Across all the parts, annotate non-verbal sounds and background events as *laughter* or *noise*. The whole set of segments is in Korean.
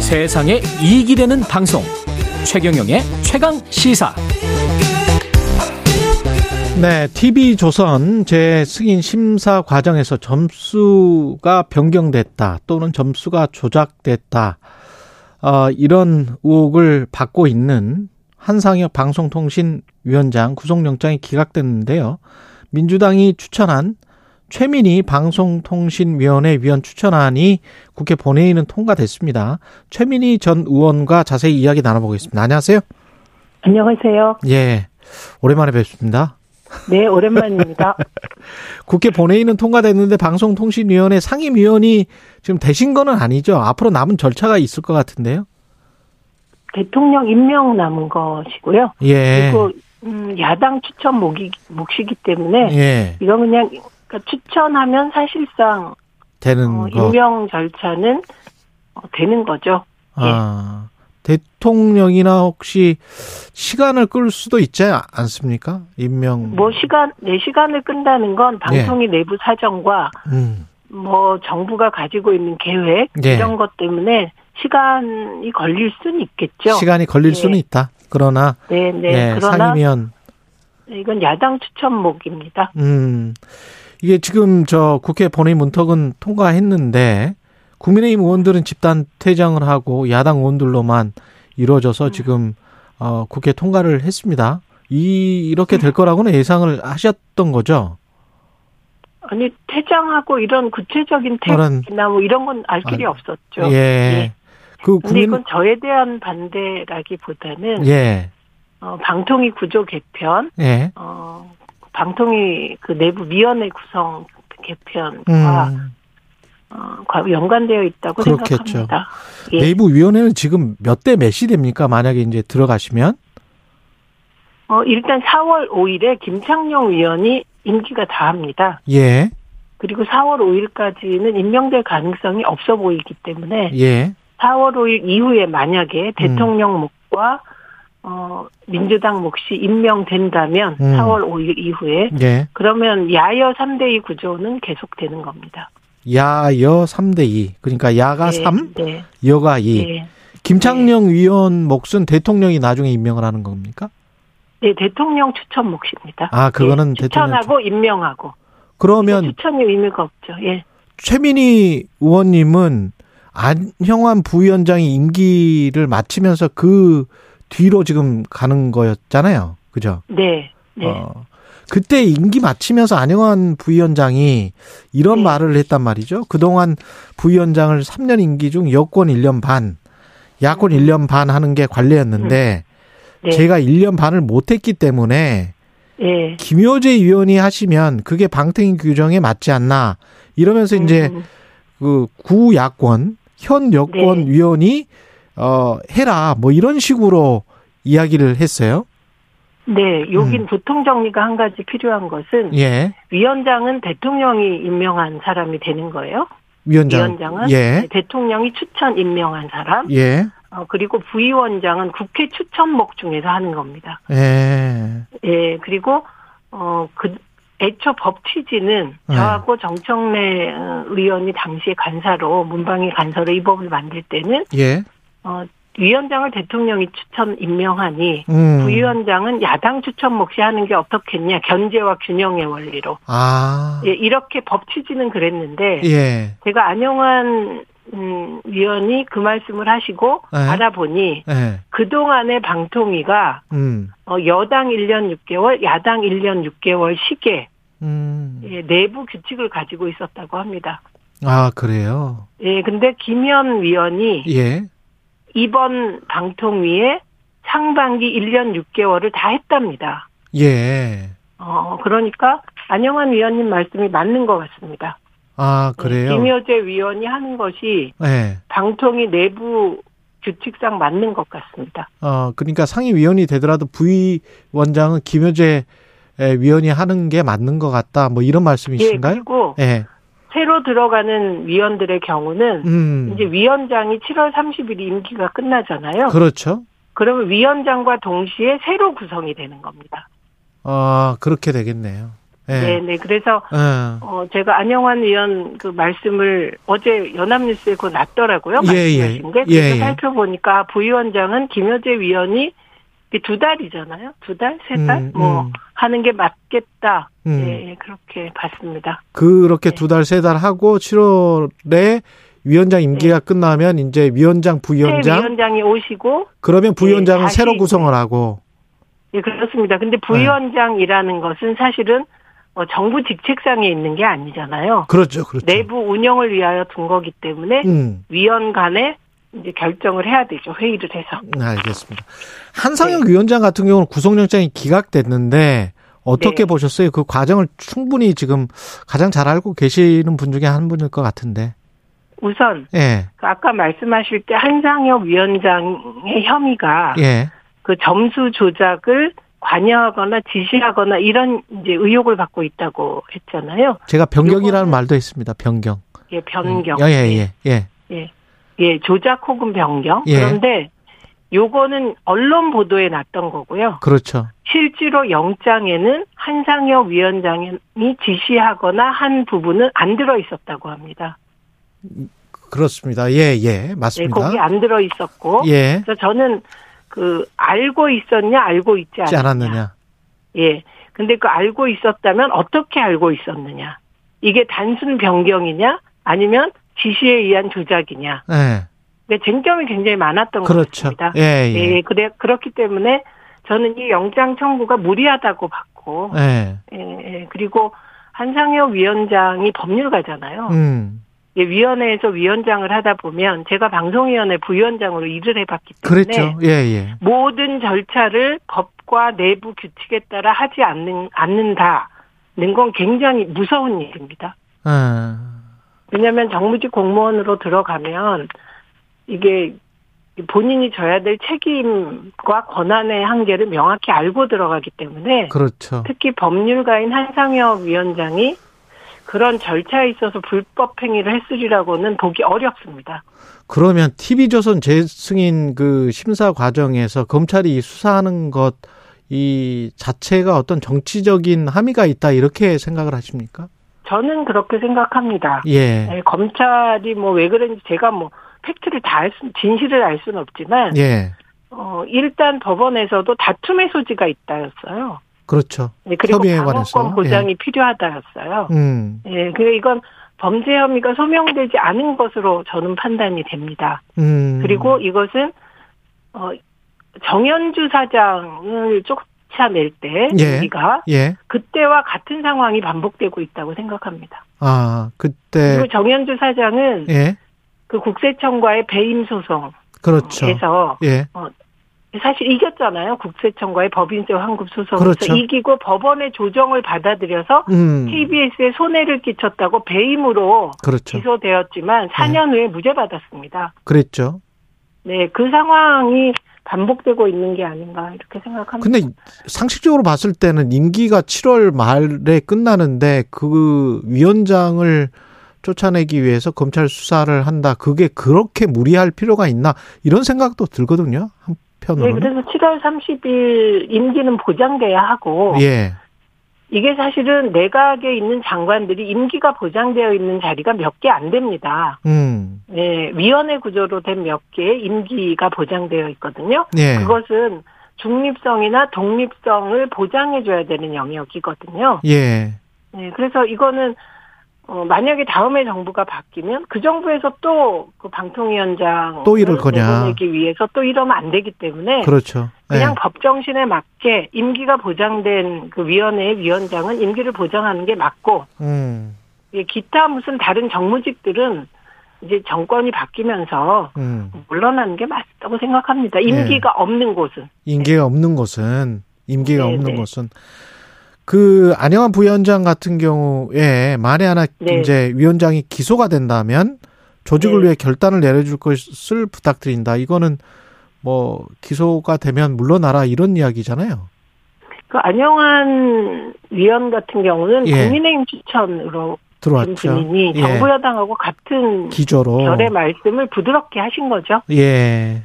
세상에 이익이 되는 방송 최경영의 최강 시사 네, TV 조선 제 승인 심사 과정에서 점수가 변경됐다 또는 점수가 조작됐다 어, 이런 의혹을 받고 있는 한상혁 방송통신위원장 구속영장이 기각됐는데요. 민주당이 추천한 최민희 방송통신위원회 위원 추천안이 국회 본회의는 통과됐습니다. 최민희 전 의원과 자세히 이야기 나눠보겠습니다. 안녕하세요. 안녕하세요. 예, 오랜만에 뵙습니다. *laughs* 네, 오랜만입니다. 국회 본회의는 통과됐는데 방송통신위원회 상임위원이 지금 되신 거는 아니죠. 앞으로 남은 절차가 있을 것 같은데요. 대통령 임명 남은 것이고요. 예. 그리고 음, 야당 추천 몫이, 몫이기 때문에 예. 이거 그냥 그러니까 추천하면 사실상 되는 어, 거. 임명 절차는 어, 되는 거죠. 아, 대통령이나 혹시 시간을 끌 수도 있지 않습니까? 임명. 뭐 시간 내 시간을 끈다는 네. 건 방송의 내부 사정과 음. 뭐 정부가 가지고 있는 계획 예. 이런 것 때문에 시간이 걸릴 수는 있겠죠. 시간이 걸릴 예. 수는 있다. 그러나 네, 네. 예, 그러나 상임위원 이건 야당 추천목입니다. 음, 이게 지금 저 국회 본회의 문턱은 통과했는데 국민의힘 의원들은 집단 퇴장을 하고 야당 의원들로만 이루어져서 지금 어, 국회 통과를 했습니다. 이 이렇게 될 거라고는 예상을 하셨던 거죠. 아니 퇴장하고 이런 구체적인 그런- 택이나 뭐 이런 건 알 길이 아, 없었죠. 예. 예. 그 근데 국민 이건 저에 대한 반대라기보다는 예. 어, 방통위 구조 개편, 예. 어, 방통위 그 내부 위원회 구성 음. 개편과 어, 과- 연관되어 있다고 그렇겠죠. 생각합니다. 예. 내부 위원회는 지금 몇 대 몇이 됩니까? 만약에 이제 들어가시면 어, 일단 4월 5일에 김창룡 위원이 임기가 다합니다. 예. 그리고 4월 5일까지는 임명될 가능성이 없어 보이기 때문에 예. 4월 5일 이후에 음. 만약에 대통령 몫과 어, 민주당 몫이 임명된다면 음. 4월 5일 이후에 예. 그러면 야여 3대2 구조는 계속되는 겁니다. 야여 3대 2. 그러니까 야가 네, 3, 네, 여가 2. 네. 김창룡 위원 몫은 대통령이 나중에 임명을 하는 겁니까? 네, 대통령 추천 몫입니다. 아, 그거는 예, 대통령 추천하고 임명하고 그러면 추천이 의미가 없죠. 예. 최민희 의원님은 안형환 부위원장이 임기를 마치면서 그 뒤로 지금 가는 거였잖아요. 그죠? 네. 네. 어, 그때 임기 마치면서 안영환 부위원장이 이런 네. 말을 했단 말이죠. 그동안 부위원장을 3년 임기 중 여권 1년 반, 야권 1년 반 하는 게 관례였는데 네. 제가 1년 반을 못했기 때문에 예. 김효재 위원이 하시면 그게 방통위 규정에 맞지 않나 이러면서 이제 음, 그 구야권 현 여권 네. 위원이 어 해라 뭐 이런 식으로 이야기를 했어요. 네, 여긴 음. 보통 정리가 한 가지 필요한 것은 예 위원장은 대통령이 임명한 사람이 되는 거예요. 위원장 위원장은 네, 예 대통령이 추천 임명한 사람, 예. 어, 그리고 부위원장은 국회 추천목 중에서 하는 겁니다. 예, 예, 그리고, 어, 그, 애초 법 취지는 네. 저하고 정청래 어, 의원이 당시에 간사로, 문방위 간사로 이 법을 만들 때는, 예, 어, 위원장을 대통령이 추천 임명하니, 음. 부위원장은 야당 추천 몫이 하는 게 어떻겠냐, 견제와 균형의 원리로. 아, 예, 이렇게 법 취지는 그랬는데, 예, 제가 안영환 음, 위원이 그 말씀을 하시고 네. 알아보니 예, 그동안의 방통위가 음, 어, 여당 1년 6개월, 야당 1년 6개월 시계 음, 예, 내부 규칙을 가지고 있었다고 합니다. 아 그래요. 예, 근데 김현 위원이 예, 이번 방통위에 상반기 1년 6개월을 다 했답니다. 예, 어, 그러니까 안영환 위원님 말씀이 맞는 것 같습니다. 아 예, 그래요. 김효재 위원이 하는 것이 예, 방통위 내부 규칙상 맞는 것 같습니다. 어, 그러니까 상임위원이 되더라도 부위원장은 김효재 에, 위원이 하는 게 맞는 것 같다. 뭐 이런 예, 말씀이신가요? 그리고 예. 새로 들어가는 위원들의 경우는 음. 이제 위원장이 7월 30일 임기가 끝나잖아요. 그렇죠. 그, 러면 위원장과 동시에 새로 구성이 되는 겁니다. 아, 그렇게 되겠네요. 네, 네. 그래서 예. 어 제가 안영환 의원 그 말씀을 어제 연합뉴스에 그 났더라고요. 예, 예. 말씀하신 게 예, 그래서 예. 살펴보니까 부위원장은 김효재 위원이 이게 두 달이잖아요. 두 달, 세 달, 음, 뭐 음. 하는 게 맞겠다. 음. 예, 예, 그렇게 봤습니다. 그렇게 네. 두 달, 세 달 하고 7월에 위원장 임기가 끝나면 이제 위원장, 부위원장, 새 네. 위원장이 오시고 그러면 부위원장은 예, 다시 새로 구성을 하고 예, 그렇습니다. 근데 네. 부위원장이라는 것은 사실은 어, 정부 직책상에 있는 게 아니잖아요. 그렇죠, 그렇죠. 내부 운영을 위하여 둔 거기 때문에 음, 위원 간에 이제 결정을 해야 되죠. 회의를 해서. 네, 알겠습니다. 한상혁 위원장 같은 경우는 구속영장이 기각됐는데 어떻게 네. 보셨어요? 그 과정을 충분히 지금 가장 잘 알고 계시는 분 중에 한 분일 것 같은데. 우선 예, 그 아까 말씀하실 때 한상혁 위원장의 혐의가 예, 그 점수 조작을 관여하거나 지시하거나 이런 이제 의혹을 받고 있다고 했잖아요. 제가 변경이라는 요거는- 말도 있습니다. 변경. 예, 변경. 예, 예, 예, 예. 예, 조작 혹은 변경. 예. 그런데 요거는 언론 보도에 났던 거고요. 그렇죠. 실제로 영장에는 한상혁 위원장이 지시하거나 한 부분은 안 들어 있었다고 합니다. 그렇습니다. 예, 예, 예, 맞습니다. 거기 안 들어 있었고. 예, 그래서 저는 그 알고 있었냐, 알고 있지 있지 않았냐. 않았느냐. 예. 근데 그 알고 있었다면 어떻게 알고 있었느냐? 이게 단순 변경이냐? 아니면 지시에 의한 조작이냐? 예, 그러니까 쟁점이 굉장히 많았던 그렇죠. 것 같습니다. 예, 예, 예, 그래 그렇기 때문에 저는 이 영장 청구가 무리하다고 봤고, 예, 예, 예. 그리고 한상혁 위원장이 법률가잖아요. 음, 예, 위원회에서 위원장을 하다 보면 제가 방송위원회 부위원장으로 일을 해봤기 때문에 그랬죠. 예, 예, 모든 절차를 법과 내부 규칙에 따라 하지 않는, 않는다는 건 굉장히 무서운 일입니다. 예. 네. 왜냐하면 정무직 공무원으로 들어가면 이게 본인이 져야 될 책임과 권한의 한계를 명확히 알고 들어가기 때문에 그렇죠. 특히 법률가인 한상혁 위원장이 그런 절차에 있어서 불법 행위를 했으리라고는 보기 어렵습니다. 그러면 TV조선 재승인 그 심사 과정에서 검찰이 이 수사하는 것 이 자체가 어떤 정치적인 함의가 있다 이렇게 생각을 하십니까? 저는 그렇게 생각합니다. 예. 네, 검찰이 뭐 왜 그런지 제가 뭐 팩트를 다 알 수, 진실을 알 수는 없지만 예. 어, 일단 법원에서도 다툼의 소지가 있다였어요. 그렇죠. 네, 그리고 협의에 예. 관해서. 방어권 보장이 필요하다였어요. 음. 예, 그래 이건 범죄 혐의가 소명되지 않은 것으로 저는 판단이 됩니다. 음. 그리고 이것은 어, 정현주 사장을 쫓아낼 때 예. 우리가 예. 그때와 같은 상황이 반복되고 있다고 생각합니다. 아, 그때 그리고 정현주 사장은 예. 그 국세청과의 배임 소송에서 그렇죠. 예. 사실 이겼잖아요. 국세청과의 법인세 환급 소송에서 그렇죠. 이기고 법원의 조정을 받아들여서 음. KBS에 손해를 끼쳤다고 배임으로 그렇죠. 기소되었지만 네. 4년 후에 무죄 받았습니다. 그랬죠. 네, 그 상황이 반복되고 있는 게 아닌가 이렇게 생각합니다. 근데 상식적으로 봤을 때는 임기가 7월 말에 끝나는데 그 위원장을 쫓아내기 위해서 검찰 수사를 한다. 그게 그렇게 무리할 필요가 있나 이런 생각도 들거든요. 네, 한편으로는. 그래서 7월 30일 임기는 보장돼야 하고 예. 이게 사실은 내각에 있는 장관들이 임기가 보장되어 있는 자리가 몇 개 안 됩니다. 음. 네, 위원회 구조로 된 몇 개의 임기가 보장되어 있거든요. 예. 그것은 중립성이나 독립성을 보장해줘야 되는 영역이거든요. 예. 네, 그래서 이거는 어, 만약에 다음에 정부가 바뀌면 그 정부에서 또 그 방통위원장 네, 또 이럴 거냐. 내보내기 위해서 또 이러면 안 되기 때문에 그렇죠. 네. 그냥 예. 법정신에 맞게 임기가 보장된 그 위원회의 위원장은 임기를 보장하는 게 맞고 음. 이 기타 무슨 다른 정무직들은 이제 정권이 바뀌면서 음. 물러나는 게 맞다고 생각합니다. 예. 임기가 없는 곳은 임기가 없는 곳은 임기가 네, 없는 네. 곳은 그 안영환 부위원장 같은 경우에 만에 하나 네. 이제 위원장이 기소가 된다면 조직을 네. 위해 결단을 내려줄 것을 부탁드린다. 이거는 뭐 기소가 되면 물러나라 이런 이야기잖아요. 그 안영환 위원 같은 경우는 예. 국민의힘 추천으로 김 들어왔죠. 증인이 예. 어. 정부 여당하고 같은 기조로 결의 말씀을 부드럽게 하신 거죠. 예.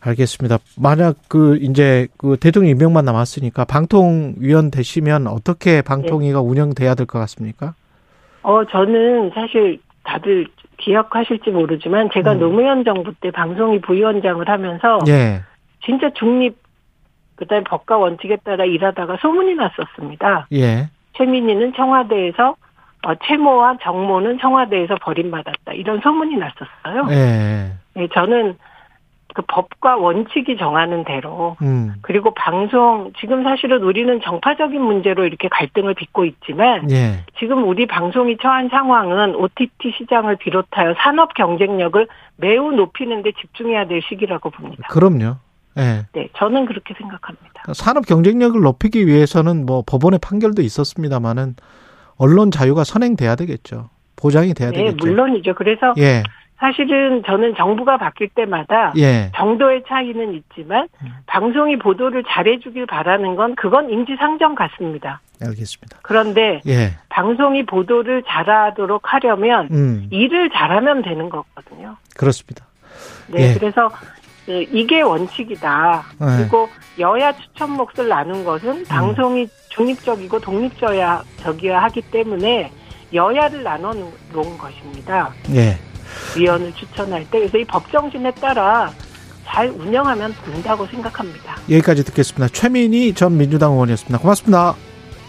알겠습니다. 만약 그 이제 그 대통령 임명만 남았으니까 방통위원 되시면 어떻게 방통위가 운영돼야 될 것 같습니까? 어, 저는 사실 다들 기억하실지 모르지만 제가 음. 노무현 정부 때 방송위 부위원장을 하면서 예. 진짜 중립 그다음에 법과 원칙에 따라 일하다가 소문이 났었습니다. 예. 최민희는 청와대에서 어, 최모와 정모는 청와대에서 버림받았다 이런 소문이 났었어요. 예. 예, 저는 그 법과 원칙이 정하는 대로 음. 그리고 방송 지금 사실은 우리는 정파적인 문제로 이렇게 갈등을 빚고 있지만 예. 지금 우리 방송이 처한 상황은 OTT 시장을 비롯하여 산업 경쟁력을 매우 높이는 데 집중해야 될 시기라고 봅니다. 그럼요. 예. 네, 저는 그렇게 생각합니다. 산업 경쟁력을 높이기 위해서는 뭐 법원의 판결도 있었습니다만은 언론 자유가 선행돼야 되겠죠. 보장이 돼야 네, 되겠죠. 물론이죠. 그래서 예. 사실은 저는 정부가 바뀔 때마다 예. 음. 정도의 차이는 있지만 방송이 보도를 잘해주길 바라는 건 그건 인지상정 같습니다. 알겠습니다. 그런데 예. 방송이 보도를 잘하도록 하려면 음. 일을 잘하면 되는 거거든요. 그렇습니다. 네, 예. 그래서 그 이게 원칙이다. 예. 그리고 여야 추천 몫을 나눈 것은 방송이 중립적이고 독립적이야 적이야 하기 때문에 여야를 나눠 놓은 것입니다. 예. 위원을 추천할 때 그래서 이 법정신에 따라 잘 운영하면 된다고 생각합니다. 여기까지 듣겠습니다. 최민희 전 민주당 의원이었습니다. 고맙습니다.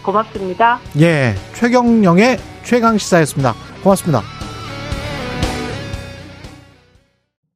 고맙습니다. 예. 최경령의 최강 시사였습니다. 고맙습니다.